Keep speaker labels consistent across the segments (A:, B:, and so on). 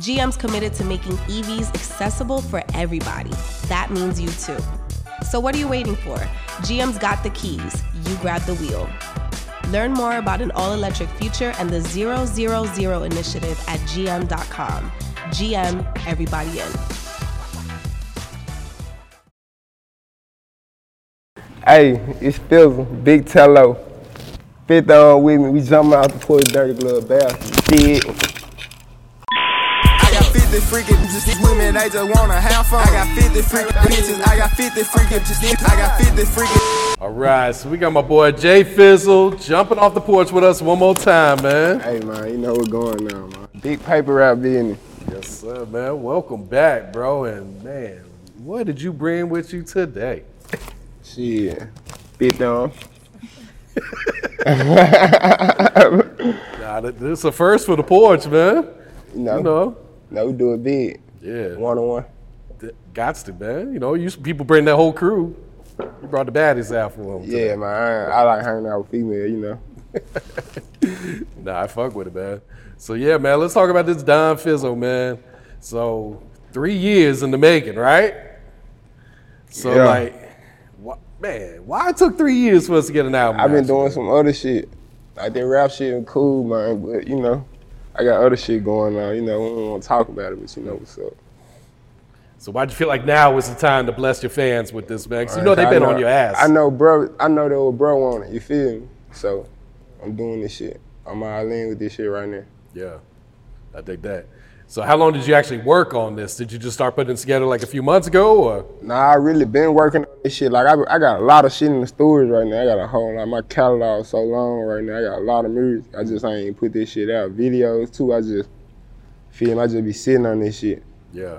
A: GM's committed to making EVs accessible for everybody. That means you too. So, what are you waiting for? GM's got the keys, you grab the wheel. Learn more about an all electric future and the 000 initiative at GM.com. GM, everybody in.
B: Hey, it's Fizzle, Big Tello. Fifth on with me, we jumping out the pool dirty glove bathroom. Dig.
C: I got 50 freaking just women, they just wanna have fun. I got 50 freaking bitches, I got 50 freaking just I got 50 freaking.
D: All right, so we got my boy Jay Fizzle jumping off the porch with us one more time, man.
B: Hey man, you know what's going on, man. Big paper route business.
D: Yes, sir, man. Welcome back, bro. And man, what did you bring with you today?
B: Shit. Fifth on.
D: Nah, th- this is a first for the porch, man.
B: No.
D: You know,
B: No, we do it big.
D: yeah,
B: One on one.
D: got to, man. You know, you people bring that whole crew. You brought the baddies out for them.
B: Yeah, man. I, I like hanging out with female, you know.
D: Nah, I fuck with it, man. So yeah, man, let's talk about this Don Fizzle, man. So three years in the making, right? So
B: Yeah.
D: like, wha- man, why it took three years for us to get an album?
B: I've
D: out,
B: been doing
D: man?
B: some other shit. Like that rap shit and cool, man, but you know, I got other shit going on, you know, we don't wanna talk about it, but you know what's up.
D: So why'd you feel like now is the time to bless your fans with this, man? 'Cause you know they've
B: I
D: been on your ass.
B: I know, bro. I know they were bro on it. You feel me? So I'm doing this shit. I'm all in with this shit right now.
D: Yeah, I dig that. So how long did you actually work on this? Did you just start putting it together like a few months ago, or
B: Nah, I really been working on this shit. Like I, I got a lot of shit in the storage right now. I got a whole lot. My catalog so long right now. I got a lot of music. I just ain't put this shit out. Videos too. I just feel me, I just be sitting on this shit.
D: yeah?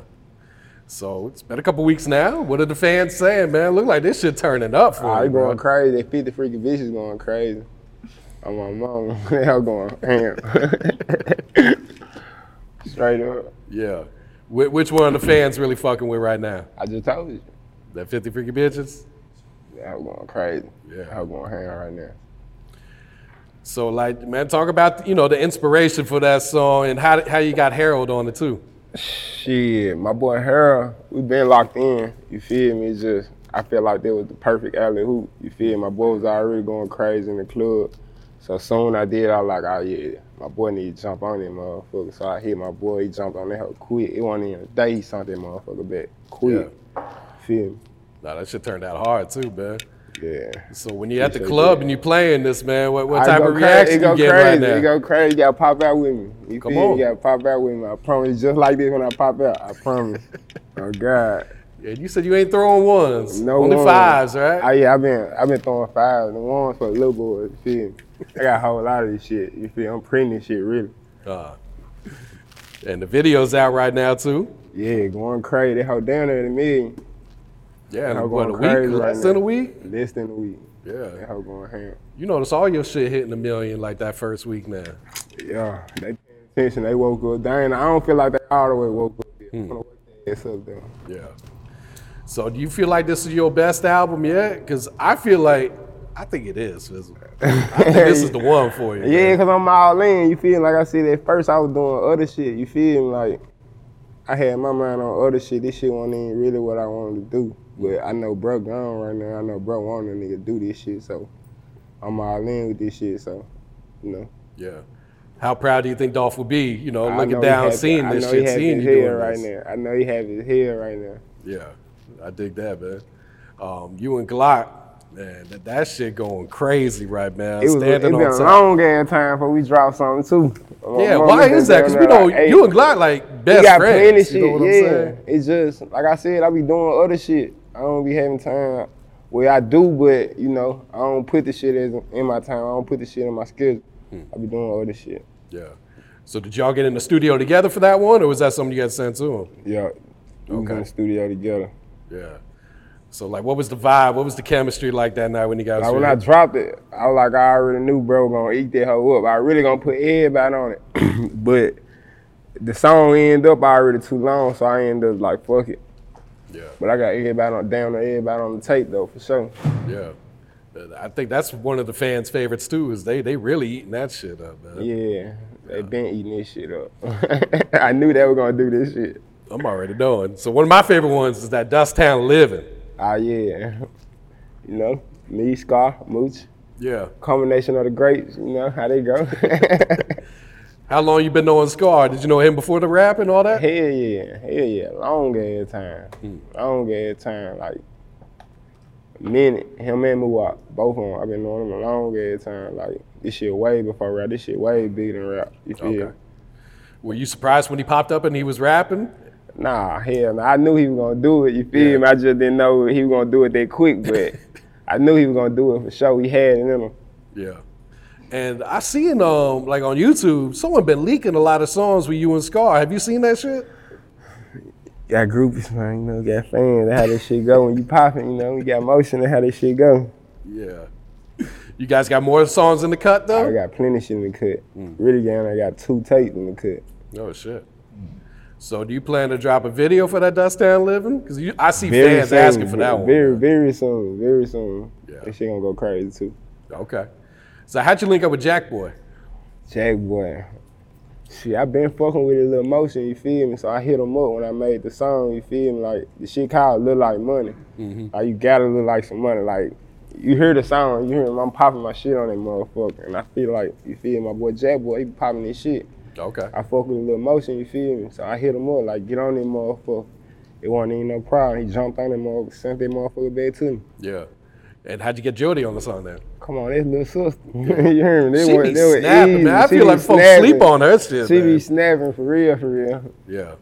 D: So it's been a couple weeks now. What are the fans saying, man? Look like this shit turning up for
B: I
D: you, bro.
B: going crazy. That 50 freaking bitches going crazy. I'm my mom. they all going ham. Straight up.
D: Yeah. Wh- which one of the fans really fucking with right now?
B: I just told you.
D: That 50 freaking bitches?
B: I'm going crazy.
D: Yeah.
B: I'm going hang right now.
D: So, like, man, talk about, you know, the inspiration for that song and how, how you got Harold on it, too.
B: Shit, my boy Harold, we been locked in. You feel me? It's just I feel like that was the perfect alley hoop. You feel me? My boy was already going crazy in the club. So soon I did, I was like, oh yeah, my boy need to jump on that motherfucker. So I hit my boy, he jumped on that hoe quick. It wasn't even a day he sent that motherfucker back. Quick. Feel me?
D: Nah, that shit turned out hard, too, man.
B: Yeah.
D: So, when you're at the
B: Appreciate
D: club
B: that.
D: and you're playing this, man, what, what
B: I
D: type
B: go
D: of
B: cra-
D: reaction
B: it go
D: you get
B: crazy.
D: right now?
B: It go crazy. You gotta pop out with me. You feel
D: Come
B: me?
D: on.
B: You gotta pop out with me. I promise. Just like this when I pop out. I promise. oh God.
D: Yeah, you said you ain't throwing ones.
B: No
D: Only
B: ones.
D: fives,
B: I,
D: right?
B: yeah, I've been I've been throwing fives and ones for the little boys. You feel me? I got a whole lot of this shit. You feel? me? I'm printing this shit really.
D: uh, and the video's out right now, too.
B: Yeah, going crazy. They hold down there to me
D: Yeah, in
B: I'm going
D: what, a week?
B: crazy right
D: Less than
B: now.
D: a week?
B: less than a week. They
D: Yeah.
B: hold going ham.
D: You notice all your shit hitting a million like that first week now.
B: Yeah, they paying attention. They woke up. Dang, I don't feel like they all the way woke up.
D: Hmm.
B: yet. I'm gonna wake their ass up though.
D: Yeah. So do you feel like this is your best album yet? Because I feel like I think it is. Fizzle. I think this is the one for you.
B: Yeah,
D: man.
B: cause I'm all in. You feel me? like I said at first, I was doing other shit. You feel me? Like I had my mind on other shit. This shit wasn't even really what I wanted to do. But I know bro gone right now. I know bro want a nigga do this shit. So I'm all in with this shit. So you know,
D: Yeah. How proud do you think Dolph will be? You know,
B: I know
D: looking
B: he
D: down,
B: have-
D: seeing
B: I
D: this
B: know he
D: shit,
B: have
D: seeing
B: his
D: you doing
B: head right
D: this.
B: now. I know he have his head right now.
D: Yeah, I dig that, man. Um, you and Glock, man, that, that shit going crazy right now.
B: It was it
D: Standing
B: been
D: on
B: a
D: top.
B: long ass time before we dropped something too. My
D: yeah,
B: mama
D: why
B: been
D: is that?
B: down
D: Because
B: there
D: we know
B: like,
D: you
B: "Hey,
D: and Glock like best
B: We got
D: friends.
B: plenty
D: you know
B: shit.
D: what I'm
B: yeah,
D: saying?
B: it's just like I said, I be doing other shit. I don't be having time. Well, I do, but you know, I don't put the shit as in my time. I don't put the shit in my schedule.
D: Hmm.
B: I be doing other shit.
D: Yeah. So did y'all get in the studio together for that one, or was that something you guys sent to him?
B: Yeah, We was in
D: Okay.
B: the studio together.
D: Yeah. So like, what was the vibe? What was the chemistry like that night when you guys?
B: Like when I
D: recorded?
B: dropped it, I was like, I already knew bro gonna eat that hoe up. I really gonna put everybody on it. but the song end up already too long, so I end up like, fuck it.
D: yeah,
B: But I got everybody on down to everybody on the tape though, for sure.
D: yeah. Uh, I think that's one of the fans' favorites too. Is they they really eating that shit up, man.
B: Yeah. They been eating this shit up. I knew they were gonna do this shit.
D: I'm already knowing. So one of my favorite ones is that Dust Town Living.
B: Ah yeah. you know, me, Scar, Mooch.
D: Yeah.
B: Combination of the greats, you know how they go.
D: How long you been knowing Scar? Did you know him before the rap and all that?
B: Hell yeah, hell yeah, long ass time, long ass time, like a minute. Him and Muwak, both of them, I've been knowing them a long ass time. Like this shit way before rap, this shit way bigger than rap. You feel?
D: Okay.
B: me?
D: Were you surprised when he popped up and he was rapping?
B: Nah, hell, nah. I knew he was gonna do it. You feel me? I just didn't know he was gonna do it that quick, but I knew he was gonna do it for sure. He had it in him.
D: Yeah. And I seen um like on YouTube, someone been leaking a lot of songs with you and Scar. Have you seen that shit?
B: Got groupies, man. You know, got fans. That's how this shit go when you popping. You know, you got motion. That's how this shit go.
D: Yeah. You guys got more songs in the cut though?
B: I got plenty shit in the cut. Really, gang, I got two tapes in the cut.
D: Oh shit. So do you plan to drop a video for that Dust Town Living? Because I see fans
B: soon,
D: asking for that one.
B: Very, very soon. Very soon.
D: Yeah.
B: That shit gonna go crazy too.
D: Okay. So how'd you link up with Jack Boy?
B: Jack boy. Shit, I been fucking with a little motion, you feel me? So I hit him up when I made the song, you feel me? Like the shit called look like money.
D: Mm-hmm.
B: Like you gotta look like some money. Like you hear the song, you hear him, I'm popping my shit on that motherfucker. And I feel like, you feel my boy Jack boy, he be popping this shit.
D: Okay.
B: I fuck with a little motion, you feel me? So I hit him up, like get on that motherfucker. It wasn't even no problem. He jumped on that motherfucker, sent that motherfucker back to me.
D: Yeah. And how'd you get Jody on the song then?
B: Come on, that's little sister. you hear me? They
D: She
B: were,
D: be
B: they were
D: snapping,
B: easy.
D: man. I
B: She
D: feel
B: be
D: like folks
B: snapping.
D: sleep on her shit.
B: She
D: man.
B: be snapping for real, for real.
D: Yeah.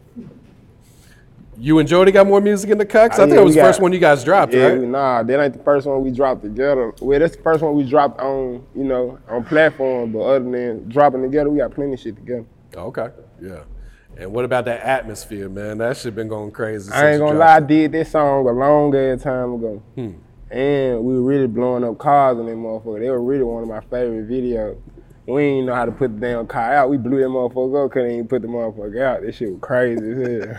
D: You and Jody got more music in the cut? 'Cause I
B: Oh,
D: think
B: yeah,
D: it was
B: we
D: the
B: got-
D: first one you guys dropped,
B: Yeah,
D: right?
B: nah, that ain't the first one we dropped together. Well, that's the first one we dropped on, you know, on platform. But other than dropping together, we got plenty of shit together.
D: Okay. Yeah. And what about that atmosphere, man? That shit been going crazy.
B: I ain't
D: since you
B: gonna lie, I
D: dropped Hmm.
B: did this song a long ass time ago. And we were really blowing up cars on that motherfucker. They were really one of my favorite videos. We didn't know how to put the damn car out. We blew that motherfucker up, couldn't even put the motherfucker out. This shit was crazy as hell.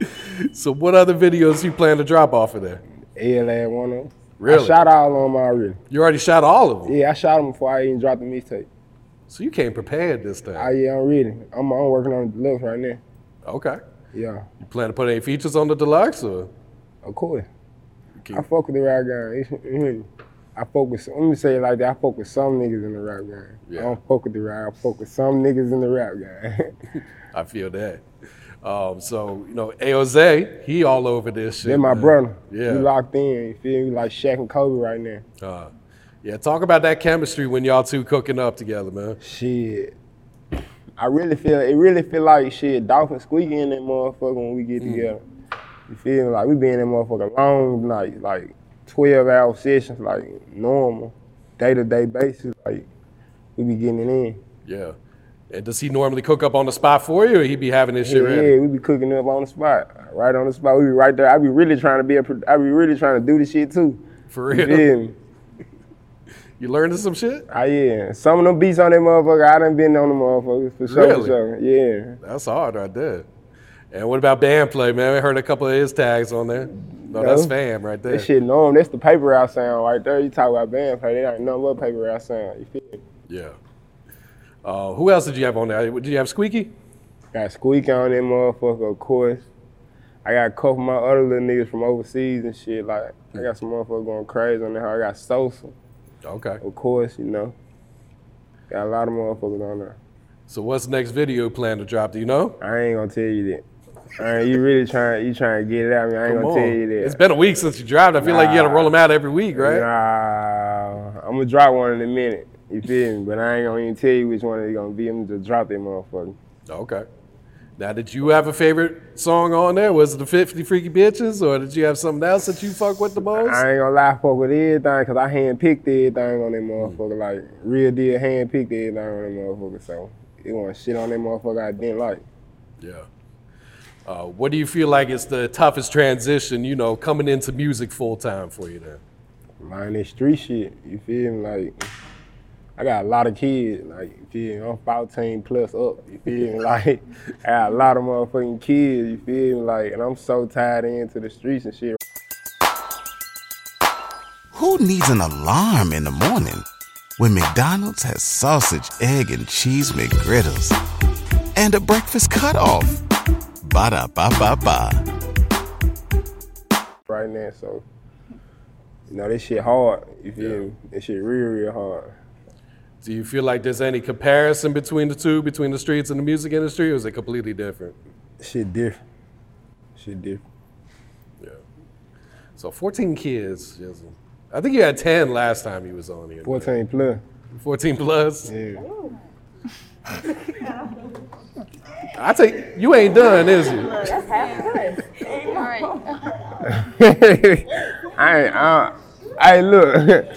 D: it. So what other videos you plan to drop off of there?
B: LA one of them.
D: Really?
B: I shot all of them already.
D: You already shot all of them.
B: Yeah, I shot them before I even dropped the mixtape.
D: So you came prepared this time.
B: Oh yeah, I'm ready. I'm, I'm working on the deluxe right now.
D: okay.
B: Yeah,
D: You plan to put any features on the deluxe or?
B: of course.
D: Okay.
B: I fuck with the rap game. You hear me? I focus. Let me say it like that. I fuck with some niggas in the rap game.
D: Yeah.
B: I don't fuck with the rap. I fuck with some niggas in the rap game.
D: I feel that. Um, so you know, Aoze, he all over this shit.
B: They're my
D: man.
B: brother.
D: Yeah.
B: We locked in. You feel me? Like Shaq and Kobe right now.
D: Uh, yeah, talk about that chemistry when y'all two cooking up together, man.
B: Shit. I really feel it really feel like shit, dolphin squeaky in that motherfucker when we
D: Mm.
B: get together. You feel me? Like we be in that motherfucker long night, like twelve hour sessions, like normal, day to day basis, like we be getting it in.
D: Yeah. And does he normally cook up on the spot for you, or he be having this shit
B: Yeah,
D: ready?
B: yeah, we be cooking up on the spot, right on the spot. We be right there. I be really trying to be a, pro- I be really trying to do this shit too.
D: For
B: You
D: real?
B: feel me?
D: You learning some shit?
B: I yeah. Some of them beats on that motherfucker, I done been on the motherfuckers for sure,
D: Really?
B: for sure. Yeah.
D: That's hard right there. And what about band play, man? I heard a couple of his tags on there. No, that's
B: No.
D: fam right there.
B: That shit norm. That's the paper route sound right there. You talk about band play, they ain't nothing but paper route sound. You feel me?
D: Yeah. Uh, who else did you have on there? Did you have Squeaky?
B: Got Squeak on that motherfucker, of course. I got a couple of my other little niggas from overseas and shit. Like I got some motherfucker going crazy on there. I got Sosa,
D: Okay.
B: of course. You know, got a lot of motherfuckers on there.
D: So what's the next video plan to drop? Do you know?
B: I ain't gonna tell you that. All right, you really trying? You trying to get it out? of me. I ain't
D: Come
B: gonna
D: on.
B: tell you that.
D: It's been a week since you dropped. I feel like you got to roll them out every week, right?
B: Nah, I'm gonna drop one in a minute. You feel me? But I ain't gonna even tell you which one it's gonna be. I'm gonna just drop that motherfucker.
D: Okay. Now, did you have a favorite song on there? Was it the 50 Freaky Bitches, or did you have something else that you fuck with the most?
B: I ain't gonna lie, I fuck with everything, cause I handpicked everything on that motherfucker. Like, real deal handpicked everything on that motherfucker. So, it wasn't shit on that motherfucker I didn't like.
D: Yeah. Uh, what do you feel like is the toughest transition, you know, coming into music full time for you then?
B: Mine is street shit. You feel me? Like I got a lot of kids. Like you feel me? I'm 14 plus up. You feel me? Like I got a lot of motherfucking kids. You feel me? Like and I'm so tied into the streets and shit.
E: Who needs an alarm in the morning when McDonald's has sausage, egg, and cheese McGriddles and a breakfast cutoff? Ba da ba ba ba.
B: right now. So, you know, this shit hard. You feel me? This shit real, real hard.
D: Do you feel like there's any comparison between the two, between the streets and the music industry, or is it completely different?
B: Shit different. Shit different.
D: Yeah. So 14 kids. Just, I think you had 10 last time you was on here.
B: 14 plus.
D: 14 plus.
B: Yeah.
D: I take you ain't done, is you?
B: I ain't, I, I look.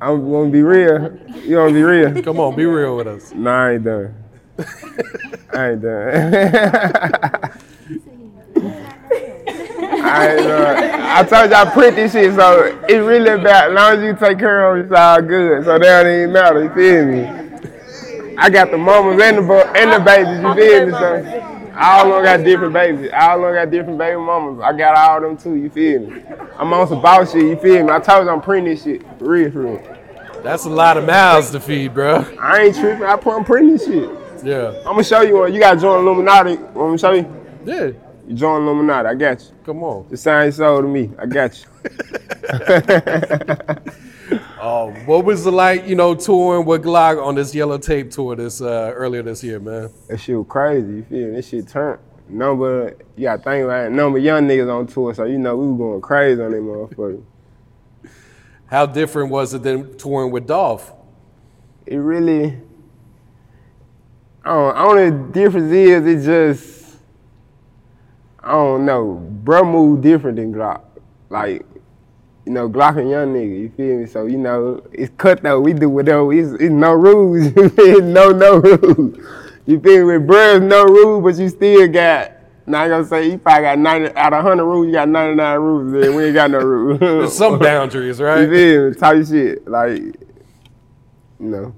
B: I'm gonna be real. You gonna be real.
D: Come on, be real with us.
B: Nah, I ain't done. I ain't done. I, ain't done. I told you I print this shit, so it really about as long as you take care of it, it's all good. So that don't even matter, you feel me? I got the mamas and the bo- and the babies, you feel me? So all of them got different babies. All of them got different baby mamas. I got all them too, you feel me? I'm on some boss shit, you feel me? I told you I'm printing this shit, for real, for real.
D: That's a lot of mouths to feed, bro.
B: I ain't tripping. I put on pretty shit.
D: Yeah.
B: I'm gonna show you one. You got join Illuminati. I'm gonna show you.
D: Yeah.
B: You join Illuminati. I got you.
D: Come on.
B: The sign sold to me. I got you.
D: Uh, What was it like, you know, touring with Glock on this yellow tape tour this uh, earlier this year, man?
B: That shit was crazy. You feel me? This shit turned. Number, you gotta think about it. Number young niggas on tour, so you know we was going crazy on that motherfucker.
D: How different was it than touring with Dolph?
B: It really. I don't, I don't know. The difference is it just. I don't know. Bro move different than Glock. Like, you know, Glock and young nigga, you feel me? So, you know, it's cut though. We do whatever. It's, it's no rules. you feel me? no, no rules. You feel me? With bruh, no rules, but you still got, now I'm gonna say, you probably got 90, out of 100 rules, you got 99 rules. Man. We ain't got no rules.
D: There's some boundaries,
B: you
D: right?
B: feel me? Type shit. Like, you know.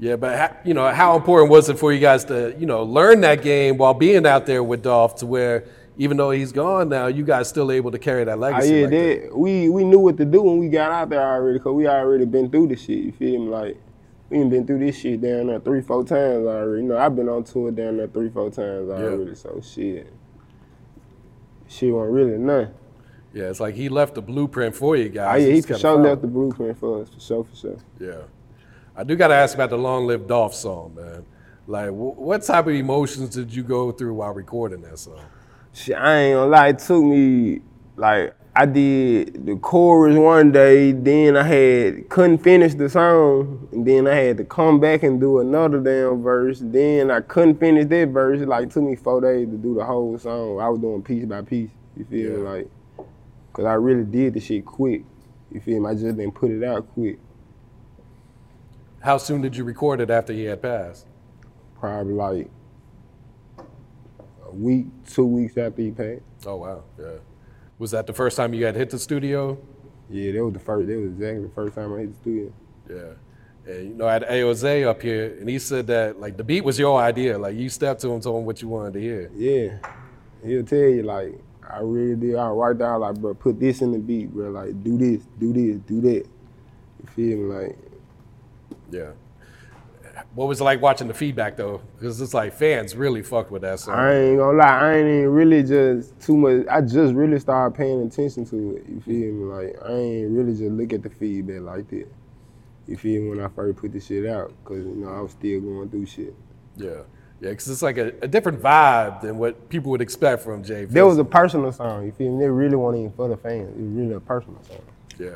D: Yeah, but ha- you know, how important was it for you guys to, you know, learn that game while being out there with Dolph, to where even though he's gone now, you guys still able to carry that
B: Oh
D: legacy?
B: yeah,
D: like that?
B: that, we we knew what to do when we got out there already, cause we already been through this shit. You feel me? Like we done been through this shit down there three, four times already. You know, I've been on tour down there three, four times already. So shit, shit wasn't really none.
D: Yeah, it's like he left the blueprint for you
B: Oh
D: guys.
B: yeah, he
D: It's
B: for
D: kinda
B: sure
D: fun.
B: left the blueprint for us, for sure, for sure.
D: Yeah, I do got to ask about the "Long Live Dolph" song, man. Like, wh- what type of emotions did you go through while recording that song?
B: Shit, I ain't gonna lie, it took me like I did the chorus one day, then I had couldn't finish the song, and then I had to come back and do another damn verse. Then I couldn't finish that verse. It like took me four days to do the whole song. I was doing piece by piece. You feel me? like? Cause I really did the shit quick. You feel me? I just didn't put it out quick.
D: How soon did you record it after he had passed?
B: Probably like a week, two weeks after he passed.
D: Oh wow, yeah. Was that the first time you had hit the studio?
B: Yeah, that was the first. That was exactly the first time I hit the studio.
D: Yeah. And you know, I had AOZ up here, and he said that like the beat was your idea. Like you stepped to him, told him what you wanted to hear.
B: Yeah, he'll tell you like, I really did. I write down like, bro, put this in the beat, bro. Like, do this, do this, do that. You feel me? Like,
D: Yeah. What was it like watching the feedback though? Because it's like fans really fucked with that song.
B: I ain't gonna lie, I ain't even really just too much. I just really started paying attention to it. You feel me? Like, I ain't really just look at the feedback like that. You feel me? When I first put this shit out, cause you know I was still going through shit.
D: Yeah. Yeah, because it's like a, a different vibe than what people would expect from Jay.
B: There was
D: Fizzo.
B: a personal song. You feel me? They really wasn't even for the fans. It was really a personal song.
D: yeah.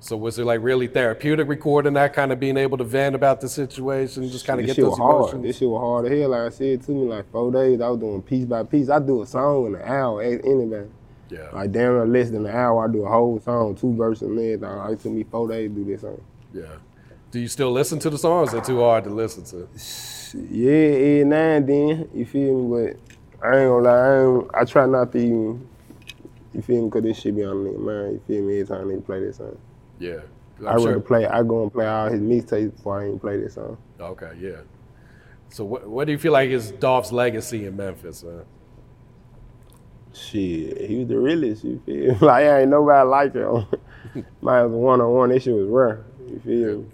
D: So was it like really therapeutic recording that kind of being able to vent about the situation, just kind of
B: This
D: get
B: shit
D: those
B: was hard.
D: emotions?
B: This shit was hard to hear. Like I said, took me like four days. I was doing piece by piece. I do a song in an hour. Ask anybody.
D: Yeah.
B: Like damn near less than an hour. I do a whole song, two verses and then like, it took me four days to do this song.
D: Yeah. Do you still listen to the songs? They're too hard to listen to.
B: Yeah, every now and then, you feel me? But I ain't gonna lie, I, ain't, I try not to even, you feel me? Cause this shit be on nigga mind, you feel me? Every time they play this song,
D: Yeah. I'm
B: i rather
D: sure-
B: play. I go and play all his mixtapes before I even play this song.
D: Okay, yeah. So what what do you feel like is Dolph's legacy in Memphis, man?
B: Shit, he was the realest, you feel me? Like, ain't nobody like him. Mine was one on one, this shit was rare, you feel me?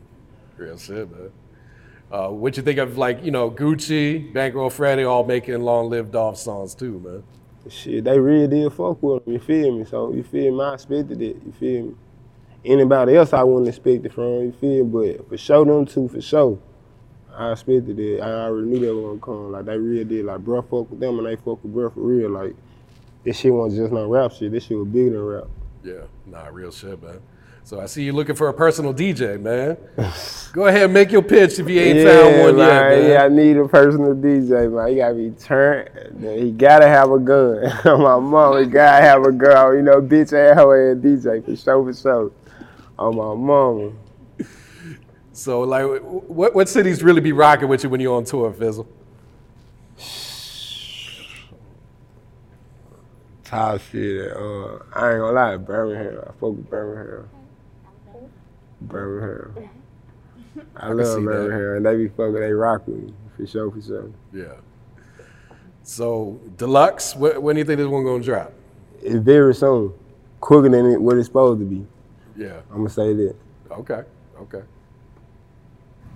D: Real shit, man. Uh, what you think of like, you know, Gucci, Bankroll Freddy all making long live Dolph songs too, man.
B: Shit, they really did fuck with him, you feel me? So, you feel me? I expected it, you feel me? Anybody else I wouldn't expect it from, you feel me? But for sure, them two, for sure. I expected it. I already knew they were gonna come. Like, they really did. Like, bruh fuck with them and they fuck with bruh for real. Like, this shit wasn't just no rap shit. This shit was bigger than rap.
D: Yeah. Nah, real shit, man. So I see you looking for a personal DJ, man. Go ahead and make your pitch if you ain't found one yet,
B: man,
D: man.
B: Yeah, I need a personal DJ, man. He gotta be turned. He gotta have a gun. My mama gotta have a gun. You know, bitch ass hoe ass DJ for sure, for sure. On my mama.
D: So like wh- wh- what what cities really be rocking with you when you're on tour, Fizzle?
B: Top shit. Uh, I ain't gonna lie, Birmingham. I fuck with Birmingham. Birmingham. I love
D: see that.
B: Birmingham. And they be fucking, they rock with me. For sure, for sure.
D: Yeah. So deluxe, wh- when do you think this one gonna drop?
B: It's very soon. Quicker than it, what it's supposed to be.
D: Yeah.
B: I'm gonna say that.
D: Okay. Okay.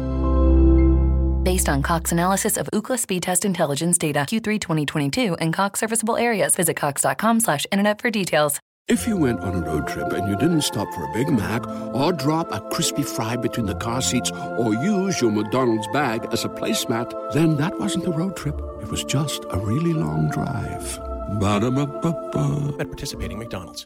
F: Based on Cox analysis of Ookla speed test intelligence data Q3 2022 and Cox serviceable areas, visit cox.com/internet slash internet for details.
G: If you went on a road trip and you didn't stop for a Big Mac or drop a crispy fry between the car seats or use your McDonald's bag as a placemat, then that wasn't a road trip. It was just a really long drive. Ba-da-ba-ba-ba.
H: at participating McDonald's.